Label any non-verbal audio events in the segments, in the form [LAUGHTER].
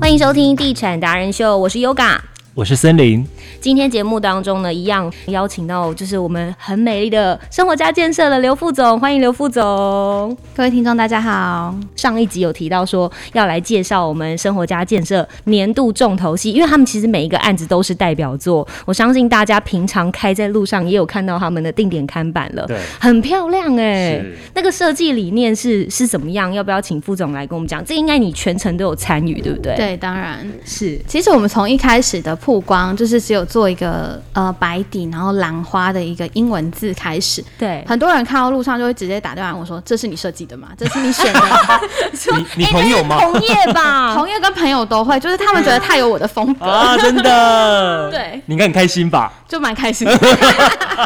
欢迎收听《地产达人秀》，我是 Yoga。我是森林，今天节目当中呢，一样邀请到就是我们很美丽的生活家建设的刘副总，欢迎刘副总。各位听众，大家好。上一集有提到说要来介绍我们生活家建设年度重头戏，因为他们其实每一个案子都是代表作，我相信大家平常开在路上也有看到他们的定点看板了，对，很漂亮哎、是那个设计理念是是怎么样？要不要请副总来跟我们讲？这应该你全程都有参与，对不对？，对，当然，是其实我们从一开始的曝光，就是只有做一个呃白底，然后兰花的一个英文字开始。对。很多人看到路上就会直接打电话问我说：“这是你设计的吗？这是你选的吗 [LAUGHS] 你你朋友吗？同业？”吧， [LAUGHS] 同业跟朋友都会，就是他们觉得太有我的风格，啊，真的， [LAUGHS] 对，你应该很开心吧？就蛮开心的。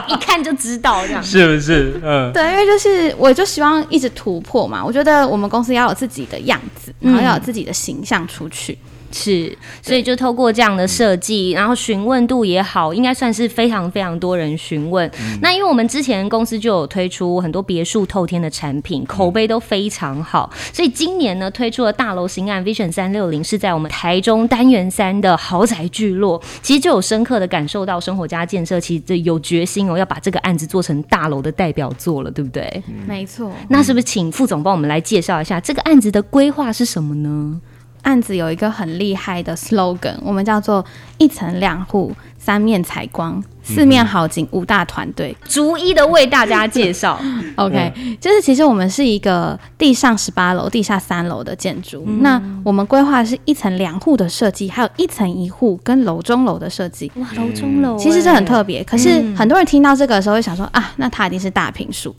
一看就知道这样。是不是？嗯，对，因为就是我就希望一直突破嘛。我觉得我们公司要有自己的样子，然后要有自己的形象出去。是，所以就透过这样的设计，然后询问度也好，应该算是非常非常多人询问。那因为我们之前公司就有推出很多别墅透天的产品，口碑都非常好，所以今年呢推出了大楼型案 Vision 三六零，是在我们台中单元三的豪宅聚落，其实就有深刻的感受到生活家建设其实这有决心哦，要把这个案子做成大楼的代表作了，对不对？没错，那是不是请副总帮我们来介绍一下这个案子的规划是什么呢？案子有一个很厉害的 slogan，我们叫做“一层两户，三面采光，四面好景，五大团队逐一的为大家介绍。” OK，、就是其实我们是一个地上十八楼、地下三楼的建筑。那我们规划是一层两户的设计，还有一层一户跟楼中楼的设计。哇，楼中楼欸、其实这很特别，可是很多人听到这个的时候会想说、啊，那它一定是大平数。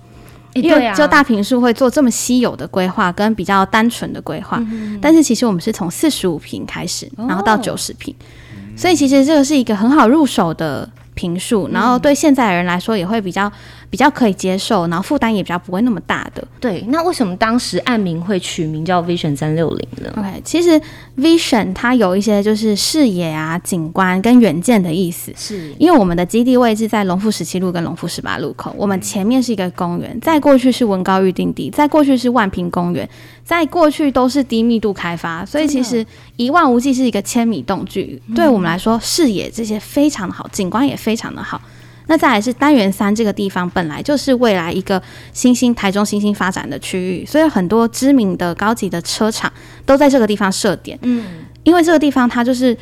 欸，因对为啊，只有大平数会做这么稀有的规划，跟比较单纯的规划。但是其实我们是从四十五平开始，然后到嗯哦九十平，所以其实这个是一个很好入手的平数，然嗯后对现在的人来说也会比较比较可以接受，然后负担也比较不会那么大的。对。那为什么当时案名会取名叫 Vision 三六零呢？ OK，其实 vision 它有一些就是视野啊、景观跟远见的意思。是因为我们的基地位置在龙富十七路跟龙富十八路口，我们前面是一个公园，再过去是文高预定地，再过去是万平公园，再过去都是低密度开发，所以其实一望无际是一个千米动距，对我们来说视野这些非常的好，景观也非常的好。那再来是单元三这个地方，本来就是未来一个新兴台中新兴发展的区域，所以很多知名的高级的车厂都在这个地方设点。嗯，因为这个地方它就是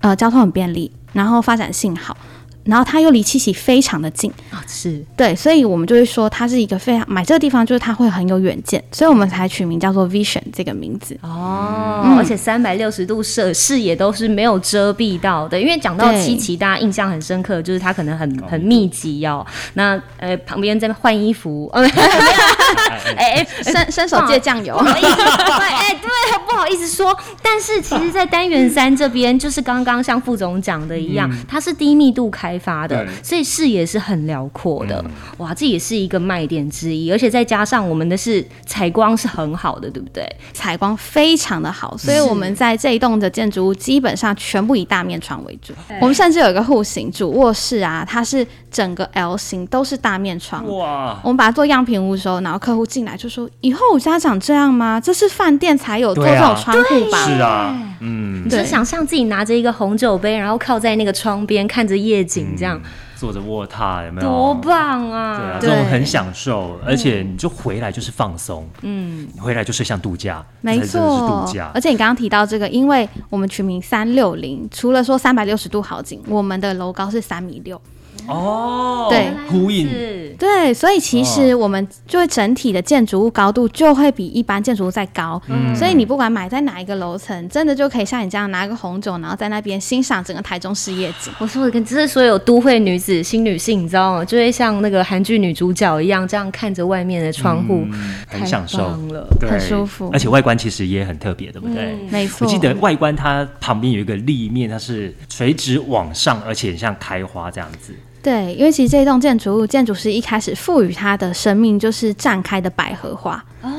呃交通很便利，然后发展性好，然后它又离七期非常的近，啊，是对，所以我们就会说它是一个非常买这个地方就是它会很有远见，所以我们才取名叫做 Vision 这个名字。哦，而且三百六十度视视野都是没有遮蔽到的。因为讲到对七期，大家印象很深刻，就是它可能很很密集哦。那呃，旁边在换衣服，哦，没有哎哎，伸伸手借酱油 [LAUGHS] 不，好意思，哎、对，不好意思说。但是其实，在单元三这边，就是刚刚像副总讲的一样，它是低密度开发的，嗯对嗯所以视野是很辽阔的。哇，这也是一个卖点之一，而且再加上我们的是采光是很好的，对不对？采光非常的好，所以我们在这一栋的建筑物基本上全部以大面窗为主。我们甚至有一个户型主卧室啊，它是整个 L 型都是大面窗。哇，我们把它做样品屋的时候，然后客户进来就说：“以后我家长这样吗？这是饭店才有做对这啊种窗户吧？”是啊，嗯，你就对想象自己拿着一个红酒杯，然后靠在那个窗边看着夜景，这样、坐着卧榻有没有？多棒啊！嗯对啊，这对嗯种很享受，而且你就回来就是放松，嗯，回来就是像度假，没这才真的是错度，假而，且你刚刚提到这个，因为我们取名三六零，除了说三百六十度好景，我们的楼高是三米六，哦，对呼应，是对，所以其实我们就会整体的建筑物高度就会比一般建筑物再高，嗯所以你不管买在哪一个楼层，真的就可以像你这样拿个红酒，然后在那边欣赏整个台中市夜景。我说的跟这是所有都会女子、新女性，你知道吗？就会像那个韩剧女主角一样，这样看着外面的窗户，嗯太很享受棒了。对很舒服而且外观其实也很特别，对不对？没错，我记得外观它旁边有一个立面，它是垂直往上，而且很像开花这样子。对，因为其实这栋建筑物，建筑师一开始赋予它的生命就是绽开的百合花。哦，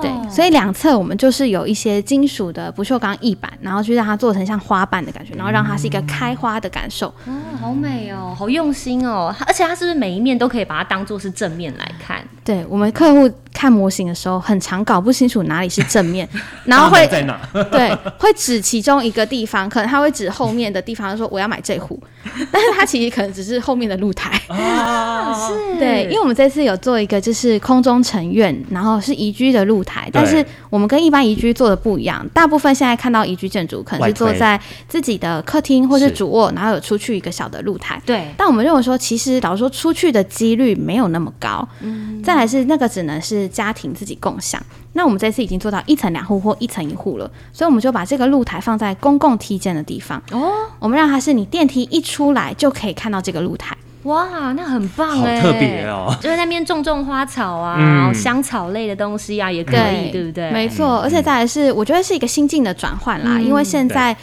对，所以两侧我们就是有一些金属的不锈钢翼板，然后去让它做成像花瓣的感觉，然后让它是一个开花的感受。哦，好美哦，好用心哦，而且它是不是每一面都可以把它当做是正面来看？对我们客户看模型的时候，很常搞不清楚哪里是正面，然 [LAUGHS] 后大会门在哪？ [LAUGHS] 对会指其中一个地方，可能他会指后面的地方说我要买这户，但是他其实可能只是后面的露台。啊，是对，因为我们这次有做一个就是空中城院，然后是宜居的露台，但是我们跟一般宜居做的不一样。大部分现在看到宜居建筑可能外是坐推在自己的客厅或是是主卧，然后有出去一个小的露台。对但我们认为说，其实老实说，出去的几率没有那么高。嗯，再来是那个只能是家庭自己共享。那我们这次已经做到一层两户或一层一户了，所以我们就把这个露台放在公共梯间的地方。哦，我们让它是你电梯一出来就可以看到这个露台。哇，那很棒好哎，特别。哦。就是那边种种花草啊，嗯香草类的东西啊，也可以，对不对？没错，而且再来是，我觉得是一个心境的转换啦，嗯因为现在。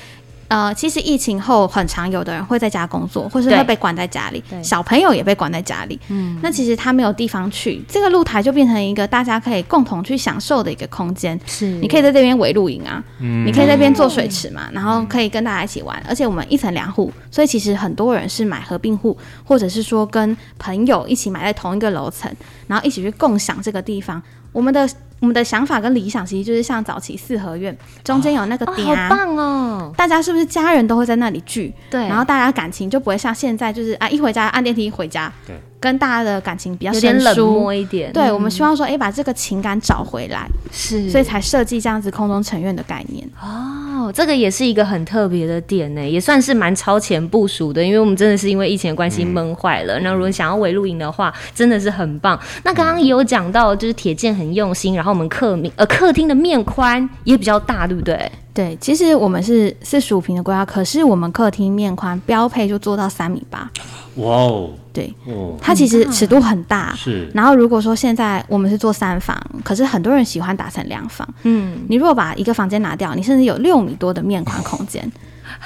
呃，其实疫情后，很常有的人会在家工作，或是对会被关在家里对，小朋友也被关在家里。嗯，那其实他没有地方去，这个露台就变成一个大家可以共同去享受的一个空间。是，你可以在这边围露营啊，嗯你可以在这边做水池嘛，然后可以跟大家一起玩。而且我们一层两户，所以其实很多人是买合并户，或者是说跟朋友一起买在同一个楼层，然后一起去共享这个地方。我们的我们的想法跟理想其实就是像早期四合院，中间有那个哦，顶好啊。棒哦，大家是不是家人都会在那里聚？对，然后大家感情就不会像现在，就是啊，一回家按电梯回家，对，跟大家的感情比较有点生冷疏。漠一点，对，嗯我们希望说，哎、把这个情感找回来，是，所以才设计这样子空中城院的概念。哦，这个也是一个很特别的点呢，也算是蛮超前部署的，因为我们真的是因为疫情的关系闷坏了。那如果想要围露营的话，真的是很棒。那刚刚也有讲到，就是铁健很用心，然后我们客面呃客厅的面宽也比较大，对不对？对，其实我们是四十五平的规划，可是我们客厅面宽标配就做到三米八， [LAUGHS] 哇哦，对，哦，它其实尺度很大。嗯是然后如果说现在我们是做三房，可是很多人喜欢打成两房，嗯，你如果把一个房间拿掉，你甚至有六米多的面宽空间，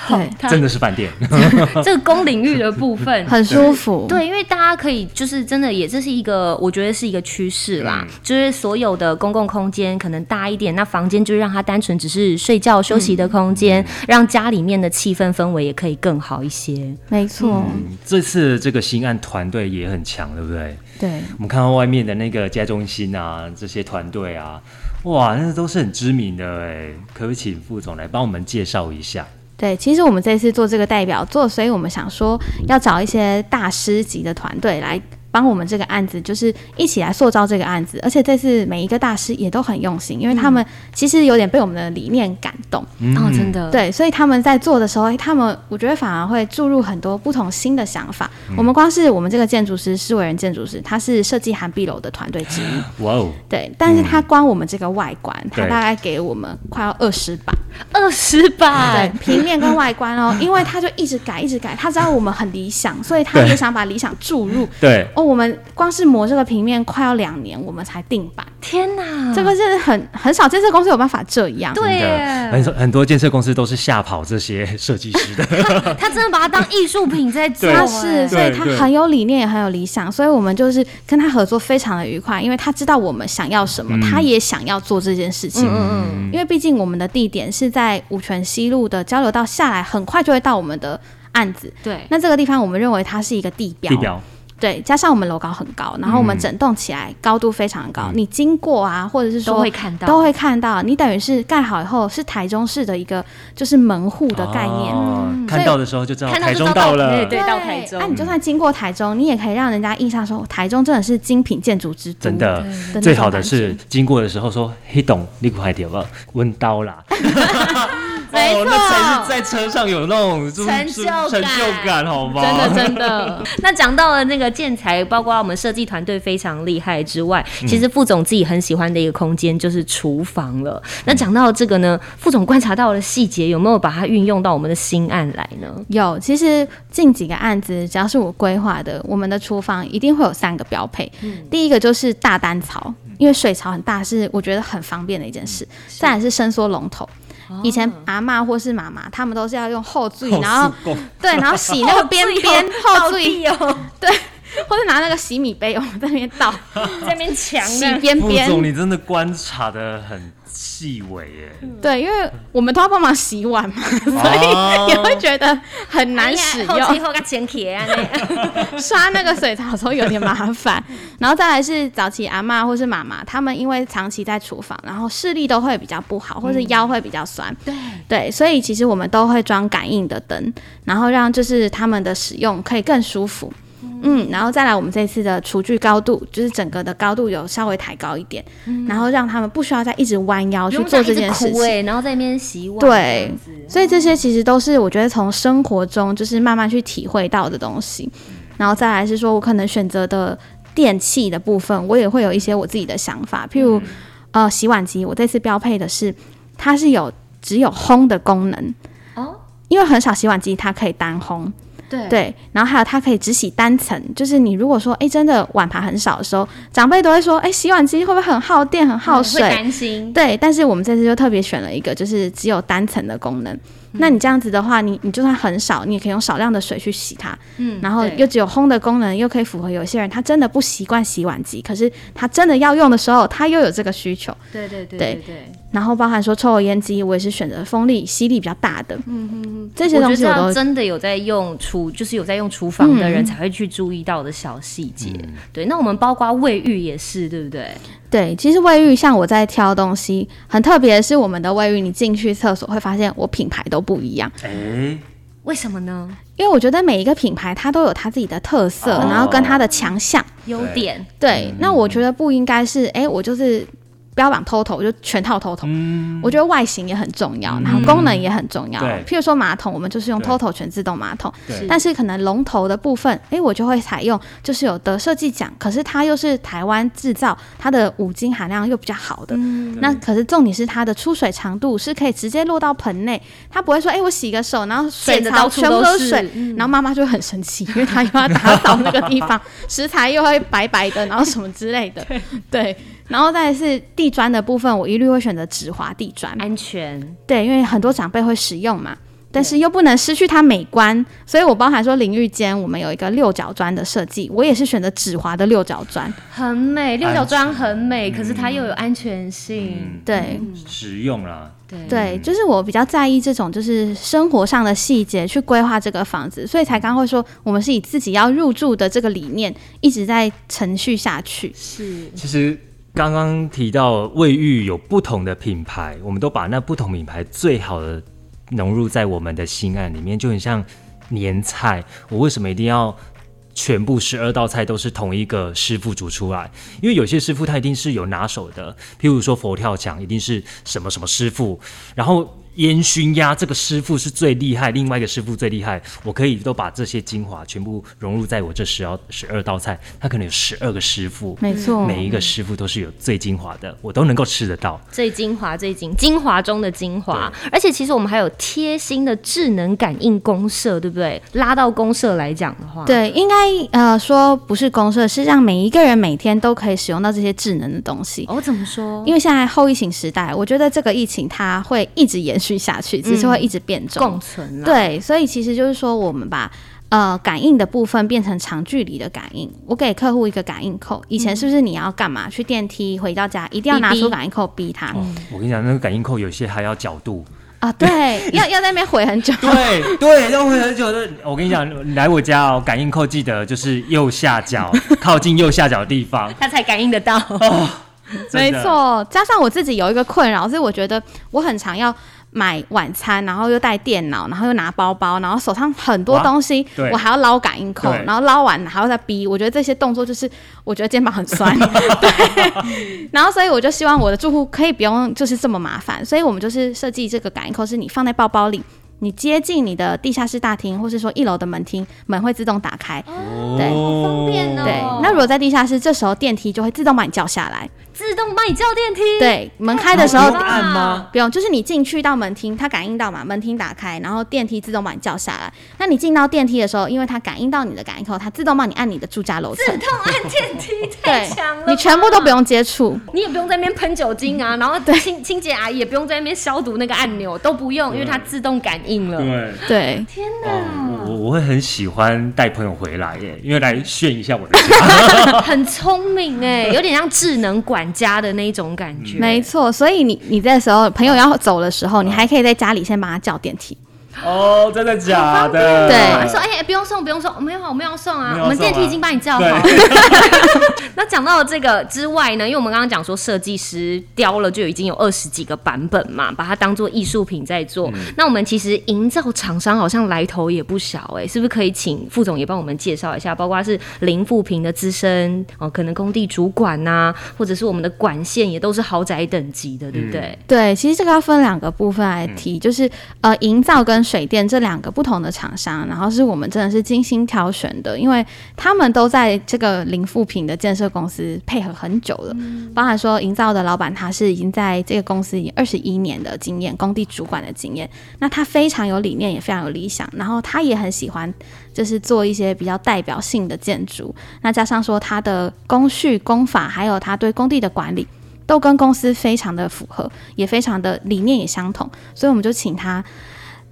对，。真的是饭店，这个公领域的部分 [LAUGHS] 很舒服。对，因为大家可以就是真的也这是一个，我觉得是一个趋势啦。就是所有的公共空间可能大一点，那房间就让它单纯只是睡觉休息的空间，让家里面的气氛氛围也可以更好一些。没错，嗯这次这个新案团队也很强，对不对？对，我们看到外面的那个家中心啊，这些团队啊，哇，那都是很知名的哎，可不可以请副总来帮我们介绍一下？对，其实我们这次做这个代表作，所以我们想说要找一些大师级的团队来帮我们这个案子，就是一起来塑造这个案子。而且这次每一个大师也都很用心，因为他们其实有点被我们的理念感动，嗯哦，真的，对，所以他们在做的时候，他们我觉得反而会注入很多不同新的想法。我们光是我们这个建筑师施伟仁建筑师，他是设计韩碧楼的团队之一，哇哦，对，但是他光我们这个外观，他对大概给我们快要二十版。二十对版，平面跟外观哦，因为他就一直改，一直改，他知道我们很理想，所以他也对想把理想注入。对，哦，我们光是磨这个平面快要两年，我们才定版，天 [LAUGHS] 哪，这个是很很少建设公司有办法这样。嗯对真的很耶，多很多建设公司都是吓跑这些设计师的，他真的把它当艺术品在做，对他哎是，所以对他对很有理念，也很有理想，所以我们就是跟他合作非常的愉快，因为他知道我们想要什么，他也想要做这件事情。嗯因为毕竟我们的地点是在五泉西路的交流道下来，很快就会到我们的案子。对，那这个地方我们认为它是一个地表对，加上我们楼高很高，然后嗯我们整栋起来高度非常高，你经过啊，或者是说都会看到，都会看到，你等于是盖好以后是台中市的一个就是门户的概念。哦看到的时候就知道嗯看到台就知中道到对了，对到台中那、啊你就算经过台中，你也可以让人家印象说，哦台中真的是精品建筑之都。真的对最好的是经过的时候说黑董，你快点吧，温刀啦。没错哦，那才是在车上有那种就是成就感成就感，好吗？ [LAUGHS] 真的真的， [LAUGHS] 那讲到了那个建材，包括我们设计团队非常厉害之外，嗯其实副总自己很喜欢的一个空间就是厨房了。那讲到这个呢，副总观察到了细节，有没有把它运用到我们的新案来呢？有，其实近几个案子，只要是我规划的，我们的厨房一定会有三个标配。第一个就是大单槽，因为水槽很大，是我觉得很方便的一件事。再来是伸缩龙头。以前阿嬷或是妈妈，他 [LAUGHS] 们都是要用后缀，然后后速攻对，然后洗那个边边后到缀，哦底哦，或者拿那个洗米杯往这边倒，在那边抢洗呢。边副边。总，你真的观察的很细微耶，对，因为我们都要帮忙洗碗嘛，所哦以也会觉得很 [LAUGHS] [LAUGHS] 难使哎呀后用期，后个前提啊，那刷那个水槽的时候有点麻烦。然后再来是早期阿嬷或是妈妈，他们因为长期在厨房，然后视力都会比较不好，或是腰会比较酸。对对，所以其实我们都会装感应的灯，然后让就是他们的使用可以更舒服。嗯，然后再来我们这次的厨具高度，就是整个的高度有稍微抬高一点，然后让他们不需要再一直弯腰 [LAUGHS] 去做这件事嗯不用一直哭情。哎然后在那边洗碗，对这样子所以这些其实都是我觉得从生活中就是慢慢去体会到的东西，嗯然后再来是说我可能选择的电器的部分，我也会有一些我自己的想法，嗯譬如、呃洗碗机，我这次标配的是它是有只有烘的功能，哦，因为很少洗碗机它可以单烘，对对，然后还有它可以只洗单层，就是你如果说哎真的碗盘很少的时候，长辈都会说哎洗碗机会不会很耗电很耗水会，担心，对，但是我们这次就特别选了一个，就是只有单层的功能。那你这样子的话，你你就算很少，你也可以用少量的水去洗它，嗯然后对又只有烘的功能，又可以符合有些人他真的不习惯洗碗机，可是他真的要用的时候，他又有这个需求。对对对对对，然后包含说抽油烟机，我也是选择风力、吸力比较大的，嗯嗯，这些我东觉西得我要都真的有在用厨，就是有在用厨房的人嗯才会去注意到的小细节。对，那我们包括卫浴也是，对不对？对。其实卫浴像我在挑东西，很特别的是我们的卫浴，你进去厕所会发现我品牌都不一样。哎，为什么呢？因为我觉得每一个品牌它都有它自己的特色，哦然后跟它的强项。优点嗯对，那我觉得不应该是，哎、我就是标榜 total，我就全套 total。我觉得外形也很重要，然后功能也很重要。嗯对譬如说马桶，我们就是用对 total 全自动马桶，对但是可能龙头的部分，哎、我就会采用就是有得设计奖，可是它又是台湾制造，它的五金含量又比较好的。那可是重点是它的出水长度是可以直接落到盆内，它不会说，哎、我洗个手，然后水溅得槽到处全部都都嗯是水，然后妈妈就会很生气，因为她又要打扫那个地方，食材又会白白的，然后什么之类的， [LAUGHS] 对。然后再来是地砖的部分，我一律会选择直滑地砖，安全，对，因为很多长辈会使用嘛，但是又不能失去它美观，所以我包含说淋浴间我们有一个六角砖的设计，我也是选择止滑的六角砖，很美，六角砖很美，可是它又有安全性。嗯，对。实用啦，对对，就是我比较在意这种就是生活上的细节去规划这个房子，所以才刚会说我们是以自己要入住的这个理念一直在程序下去。是其实刚刚提到卫浴有不同的品牌，我们都把那不同品牌最好的融入在我们的心案里面，就很像年菜。我为什么一定要全部十二道菜都是同一个师傅煮出来？因为有些师傅他一定是有拿手的，譬如说佛跳墙一定是什么什么师傅，然后。烟熏鸭这个师傅是最厉害，另外一个师傅最厉害，我可以都把这些精华全部融入在我这十二十二道菜，它可能有十二个师傅，没错，每一个师傅都是有最精华的，我都能够吃得到。最精华、最精精华中的精华，而且其实我们还有贴心的智能感应公社，对不对？拉到公社来讲的话，对，应该呃说不是公社，是让每一个人每天都可以使用到这些智能的东西。哦，怎么说？因为现在后疫情时代，我觉得这个疫情它会一直延续下去，只是会一直变种。共存啦，对，所以其实就是说，我们把呃感应的部分变成长距离的感应。我给客户一个感应扣，以前是不是你要干嘛？去电梯回到家，一定要拿嗯逼嗯出逼感应扣逼他哦，我跟你讲，那个感应扣有些还要角度。啊？ [LAUGHS] 对，要要在那边回很久。对对，要会很久的。我跟你讲，你来我家哦，感应扣记得就是右下角，靠近右下角的地 [LAUGHS] 方。它才感应得到。真没的，错，加上我自己有一个困扰，是我觉得我很常要买晚餐，然后又带电脑，然后又拿包包，然后手上很多哇东西对，我还要捞感应扣对，然后捞完还要再逼，我觉得这些动作就是我觉得肩膀 [LAUGHS] 很酸，对。 [LAUGHS] 然后所以我就希望我的住户可以不用就是这么麻烦，所以我们就是设计这个感应扣是你放在包包里。你接近你的地下室大厅，或是说一楼的门厅，门会自动打开。对哦好方便哦对，那如果在地下室，这时候电梯就会自动把你叫下来。自动帮你叫电梯。对，门开的那时候好棒按吗？不用，就是你进去到门厅，它感应到嘛，门厅打开，然后电梯自动把你叫下来。那你进到电梯的时候，因为它感应到你的感应扣，它自动帮你按你的住家楼 [LAUGHS] 层，自动啊按电梯太对强了，你全部都不，用嗯接触。你也不用在那边喷酒精啊，然后清清洁阿姨也不用在那边消毒那个按钮，都不用，因为它自动感应了。对，对，天哦哪！我我我会很喜欢带朋友回来耶，因为来炫一下我的家。哦很聪明哎、有点像智能管家的那一种感觉。没错，所以你你这时候朋友要走的时候，你还可以在家里先帮他叫电梯。哦，真的假的？对他说：“哎、不用送，不用送，没有，我们要送啊没，有我们送电梯啊已经帮你叫好了。”对，那讲到这个之外呢，因为我们刚刚讲说设计师雕了就已经有二十几个版本嘛，把它当做艺术品在做。那我们其实营造厂商好像来头也不小哎、是不是可以请副总也帮我们介绍一下？包括是林富平的资深哦，可能工地主管呐、或者是我们的管线也都是豪宅等级的，对不对？对，其实这个要分两个部分来提，就是呃，营造跟水电这两个不同的厂商，然后是我们真的是精心挑选的，因为他们都在这个零负评的建设公司配合很久了，包含说营造的老板他是已经在这个公司已二十一年的经验，工地主管的经验，那他非常有理念，也非常有理想，然后他也很喜欢就是做一些比较代表性的建筑，那加上说他的工序、工法，还有他对工地的管理。都跟公司非常的符合，也非常的理念也相同，所以我们就请他。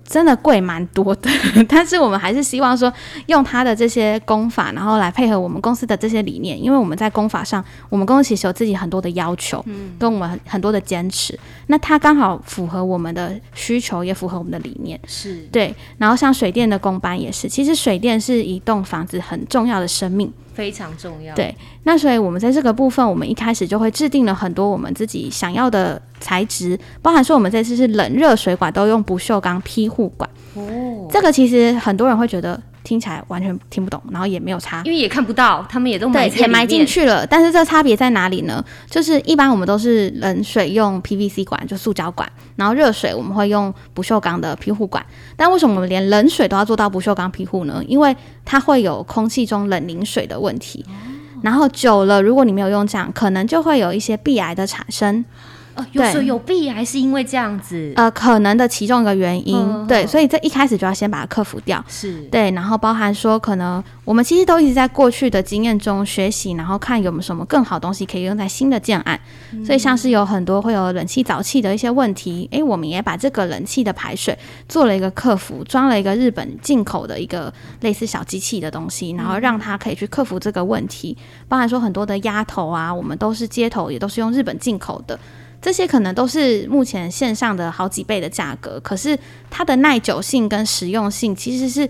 真的贵蛮多的， [LAUGHS] 但是我们还是希望说用他的这些功法，然后来配合我们公司的这些理念，因为我们在功法上，我们公司其实有自己很多的要求，跟我们很很多的坚持。那他刚好符合我们的需求，也符合我们的理念。是对，然后像水电的工班也是，其实水电是一栋房子很重要的生命。非常重要。对那所以我们在这个部分，我们一开始就会制定了很多我们自己想要的材质，包含说我们这次是冷热水管都用不锈钢批护管。哦，这个其实很多人会觉得听起来完全听不懂，然后也没有差。因为也看不到，他们也都埋对，嗯在也里埋进面。去了，但是这差别在哪里呢？就是一般我们都是冷水用 PVC 管，就塑胶管，然后热水我们会用不锈钢的批护管。但为什么我们连冷水都要做到不锈钢批护呢？因为它会有空气中冷凝水的问题，哦然后久了，如果你没有用这样，可能就会有一些壁癌的产生。哦，有对所有弊还是因为这样子。呃，可能的其中一个原因，嗯对，嗯所以这一开始就要先把它克服掉。是，对，然后包含说，可能我们其实都一直在过去的经验中学习，然后看有没有什么更好的东西可以用在新的建案。所以像是有很多会有冷气早气的一些问题，诶，我们也把这个冷气的排水做了一个克服，装了一个日本进口的一个类似小机器的东西，然后让它可以去克服这个问题。包含说很多的鸭头啊，我们都是街头也都是用日本进口的。这些可能都是目前线上的好几倍的价格，可是它的耐久性跟实用性其实是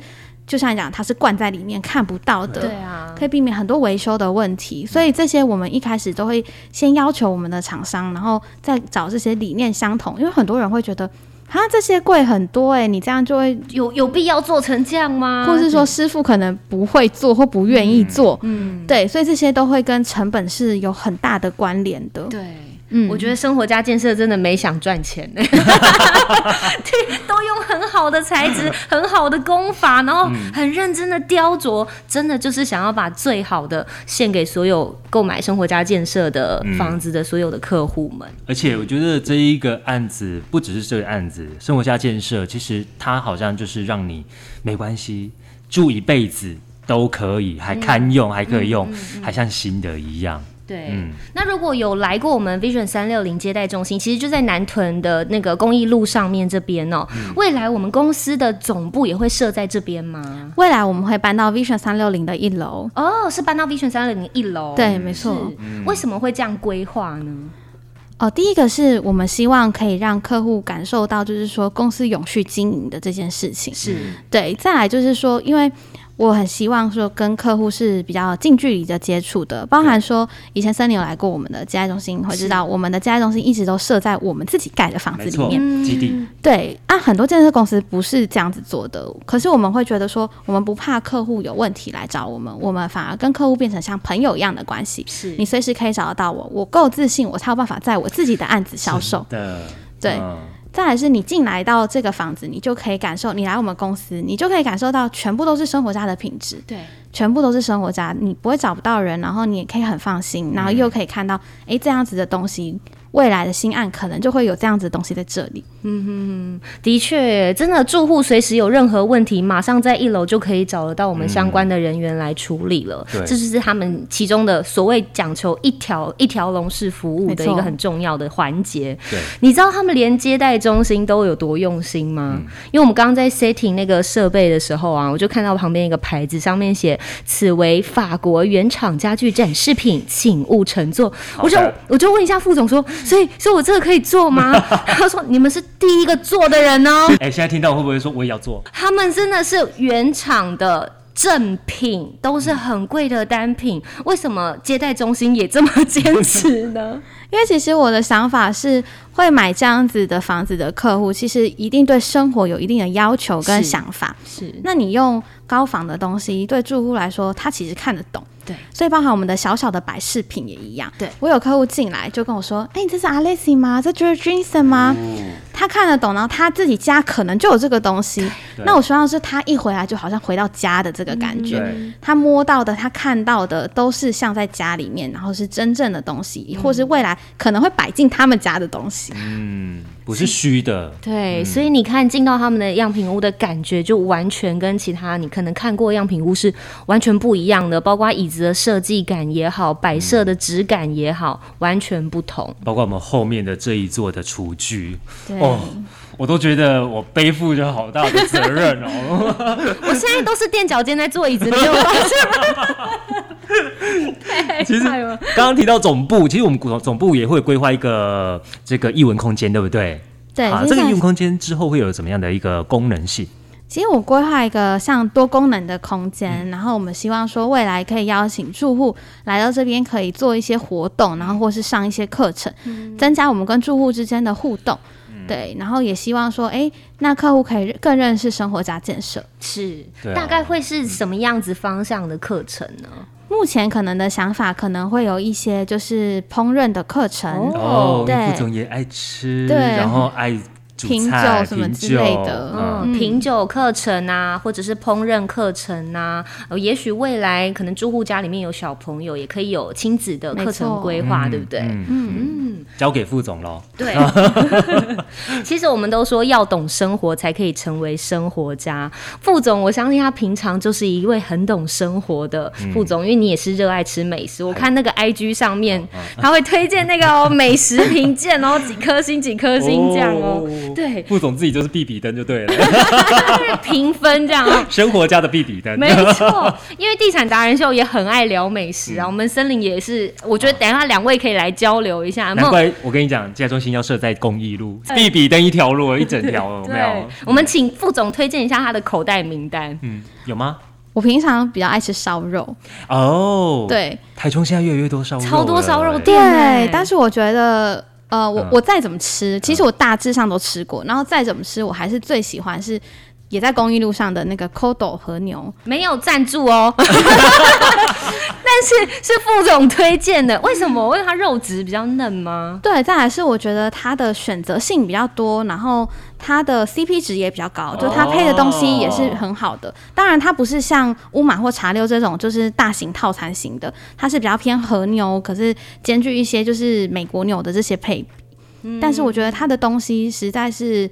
就像你讲，它是灌在里面看不到对的，啊，可以避免很多维修的问题。所以这些我们一开始都会先要求我们的厂商，然后再找这些理念相同，因为很多人会觉得。啊，这些贵很多哎、你这样就会，有有必要做成这样吗？或是说师傅可能不会做或不愿意做，嗯，对，所以这些都会跟成本是有很大的关联的，对。嗯我觉得生活家建设真的没想赚钱 [LAUGHS] 呢、对，都用很好的材质、很好的工法，然后很认真的雕琢，真的就是想要把最好的献给所有购买生活家建设的房子的所有的客户们。而且我觉得这一个案子不只是这个案子，生活家建设其实它好像就是让你没关系，住一辈子都可以，还堪用，还可以用，还像新的一样。对，嗯那如果有来过我们 Vision 三六零接待中心，其实就在南屯的那个公益路上面这边哦、未来我们公司的总部也会设在这边吗？未来我们会搬到 Vision 三六零的一楼，哦，是搬到 Vision 三六零一楼。对，嗯没错是。，为什么会这样规划呢？哦，第一个是我们希望可以让客户感受到，就是说公司永续经营的这件事情。是对，再来就是说，因为我很希望说跟客户是比较近距离的接触的，包含说以前森林有来过我们的接待中心，会知道我们的接待中心一直都设在我们自己盖的房子没里错面。， [LAUGHS] 基地对啊，很多建设公司不是这样子做的，可是我们会觉得说，我们不怕客户有问题来找我们，我们反而跟客户变成像朋友一样的关系。是你随时可以找得到我，我够自信，我才有办法在我自己的案子销售。的，对嗯再来是你进来到这个房子，你就可以感受，你来我们公司，你就可以感受到全部都是生活家的品质，对全部都是生活嗯家，你不会找不到人，然后你也可以很放心，然后又可以看到，诶，这样子的东西未来的新案可能就会有这样子的东西在这里。的确，真的住户随时有任何问题，马上在一楼就可以找得到我们相关的人员来处理了。对这就是他们其中的所谓讲求一条一条龙式服务的一没个错很重要的环节。对，你知道他们连接待中心都有多用心吗？嗯因为我们刚刚在 setting 那个设备的时候啊，我就看到旁边一个牌子，上面写“此为法国原厂家具展示品，请勿乘坐”。我就好的我就问一下副总说，所以所以我这个可以做吗？ [LAUGHS] 他说你们是第一个做的人哦。哎、现在听到会不会说我也要做？他们真的是原厂的正品，都是很贵的单品。为什么接待中心也这么坚持 [LAUGHS] 呢？因为其实我的想法是，会买这样子的房子的客户，其实一定对生活有一定的要求跟是想法。是那你用高仿的东西，对住户来说，他其实看得懂。对，所以包含我们的小小的摆饰品也一样。对我有客户进来就跟我说：“哎、你这是 Alessi 吗？这就是 j e n s o n 吗？”哦他看得懂，然后他自己家可能就有这个东西。对那我希望是他一回来就好像回到家的这个感嗯觉。对，他摸到的、他看到的都是像在家里面，然后是真正的东西，或是未来可能会摆进他们家的东西。嗯，不是虚的，对，所以你看进到他们的样品屋的感觉，就完全跟其他你可能看过的样品屋是完全不一样的，包括椅子的设计感也好，摆设的质感也好，完全不同。包括我们后面的这一座的厨具，对哦，我都觉得我背负着好大的责任哦。 [LAUGHS] 我现在都是垫脚尖在坐椅子， [LAUGHS] 没有发现吗？其实太害怕了 [LAUGHS] 刚刚提到总部，其实我们总总部也会规划一个这个艺文空间，对不对？对，啊，就这是个艺像文空间之后会有怎么样的一个功能性？其实我规划一个像多功能的空间，嗯然后我们希望说未来可以邀请住户来到这边，可以做一些活动，然后嗯或是上一些课程，增加我们跟住户之间的互动。嗯对，然后也希望说，哎，那客户可以更认识生活家建设。是对啊大概会是什么样子方向的课程呢？目前可能的想法可能会有一些就是烹饪的课程，哦，因为对副总也爱吃，对然后爱煮品菜、酒什么品之酒类的嗯，嗯，品酒课程啊，或者是烹饪课程啊，呃，也许未来可能住户家里面有小朋友，也可以有亲子的课程规划，对不对？嗯 [LAUGHS] 嗯，交给副总喽。对， [LAUGHS] 其实我们都说要懂生活才可以成为生活家。副总，我相信他平常就是一位很懂生活的嗯副总，因为你也是热爱吃美食。我哎看那个 IG 上面，哦他会推荐那个哦、美食评鉴哦，几颗星几颗星这样哦，对，副总自己就是必比登就对了， [LAUGHS] 评分这样哦。生活家的必比 [LAUGHS] 登。没错，因为地产达人秀也很爱聊美食嗯啊，我们森林也是，我觉得等一下两位可以来交流一下。有没难有怪我跟你讲，接待中心要设在公益路，必比登一条路，一整条了，有没对有？，我们请副总推荐一下他的口袋名单。嗯，有吗？我平常比较爱吃烧肉，哦，，对台中现在越来越多烧肉了，超多烧肉哎店欸但是我觉得。呃，我嗯我再怎么吃，其实我大致上都吃过，然后再怎么吃，我还是最喜欢是也在公益路上的那个 Kodo 和牛，没有赞助 [LAUGHS] 哦，但是是副总推荐的。为什么？因为它肉质比较嫩吗？对，再来是我觉得它的选择性比较多，然后它的 CP 值也比较高，就它配的东西也是很好的。当然，它不是像乌马或茶六这种就是大型套餐型的，它是比较偏和牛，可是兼具一些就是美国牛的这些配比。但是我觉得它的东西实在是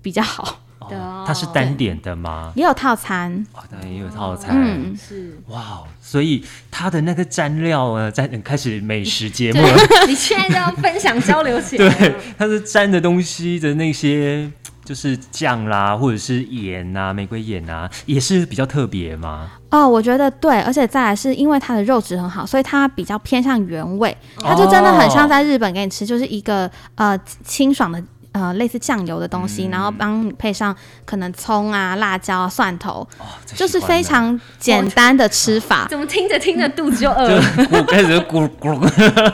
比较好，哦它是单点的吗？也有套餐，哦，当然也有套餐，嗯，是，哇，所以它的那个蘸料呢，在呃开始美食节目了，对， [LAUGHS] 你现在就要分享交流起来。 [LAUGHS] 对，它是沾的东西的那些就是酱啦，或者是盐啊、玫瑰盐啊，也是比较特别嘛。哦，我觉得对，而且再来是因为它的肉质很好，所以它比较偏向原味，它就真的很像在日本给你吃，就是一个呃清爽的呃类似酱油的东西，然后帮你配上可能葱啊、辣椒、啊、蒜头，哦，最喜欢就是了非 [LAUGHS] 常简单的吃法。怎么听着听着肚子就饿就 [LAUGHS] 了？咕开始咕噜咕噜。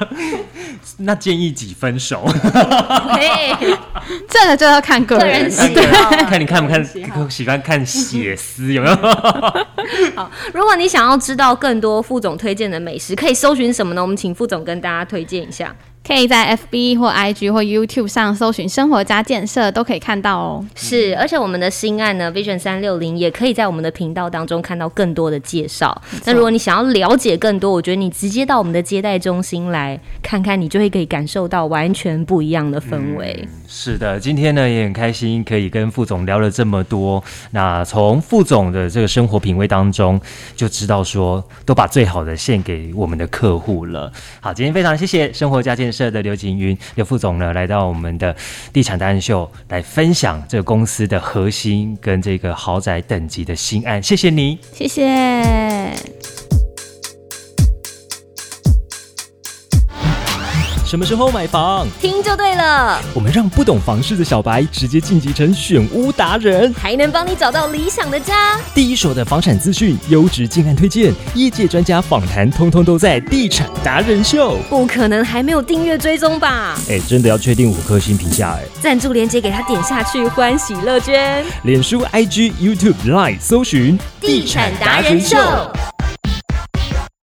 [LAUGHS] 那建议几分 [LAUGHS] 熟？嘿，这个就要看个个人人喜喜好。好啊。 [LAUGHS] 看你看不看喜好喜欢看血丝有没有？如果你想要知道更多副总推荐的美食，可以搜寻什么呢？我们请副总跟大家推荐一下。可以在 FB 或 IG 或 YouTube 上搜寻“生活家建设”，都可以看到哦。是，而且我们的新案呢，Vision 三六零也可以在我们的频道当中看到更多的介绍。那如果你想要了解更多，我觉得你直接到我们的接待中心来看看，你就会可以感受到完全不一样的氛围。是的，今天呢也很开心，可以跟副总聊了这么多。那从副总的这个生活品味当中，就知道说都把最好的献给我们的客户了。好，今天非常谢谢生活家建设的刘景云刘副总呢，来到我们的地产达人秀来分享这个公司的核心跟这个豪宅等级的新案，谢谢你。谢谢。什么时候买房？听就对了，我们让不懂房事的小白直接晋级成选屋达人。还能帮你找到理想的家。第一手的房产资讯、优质近案推荐、业界专家访谈，通通都在《地产达人秀》。不可能还没有订阅追踪吧？哎，真的要确定五颗星评价哎！赞助链接给他点下去，欢喜乐捐。脸书、IG、YouTube、Line 搜寻《地产达人秀。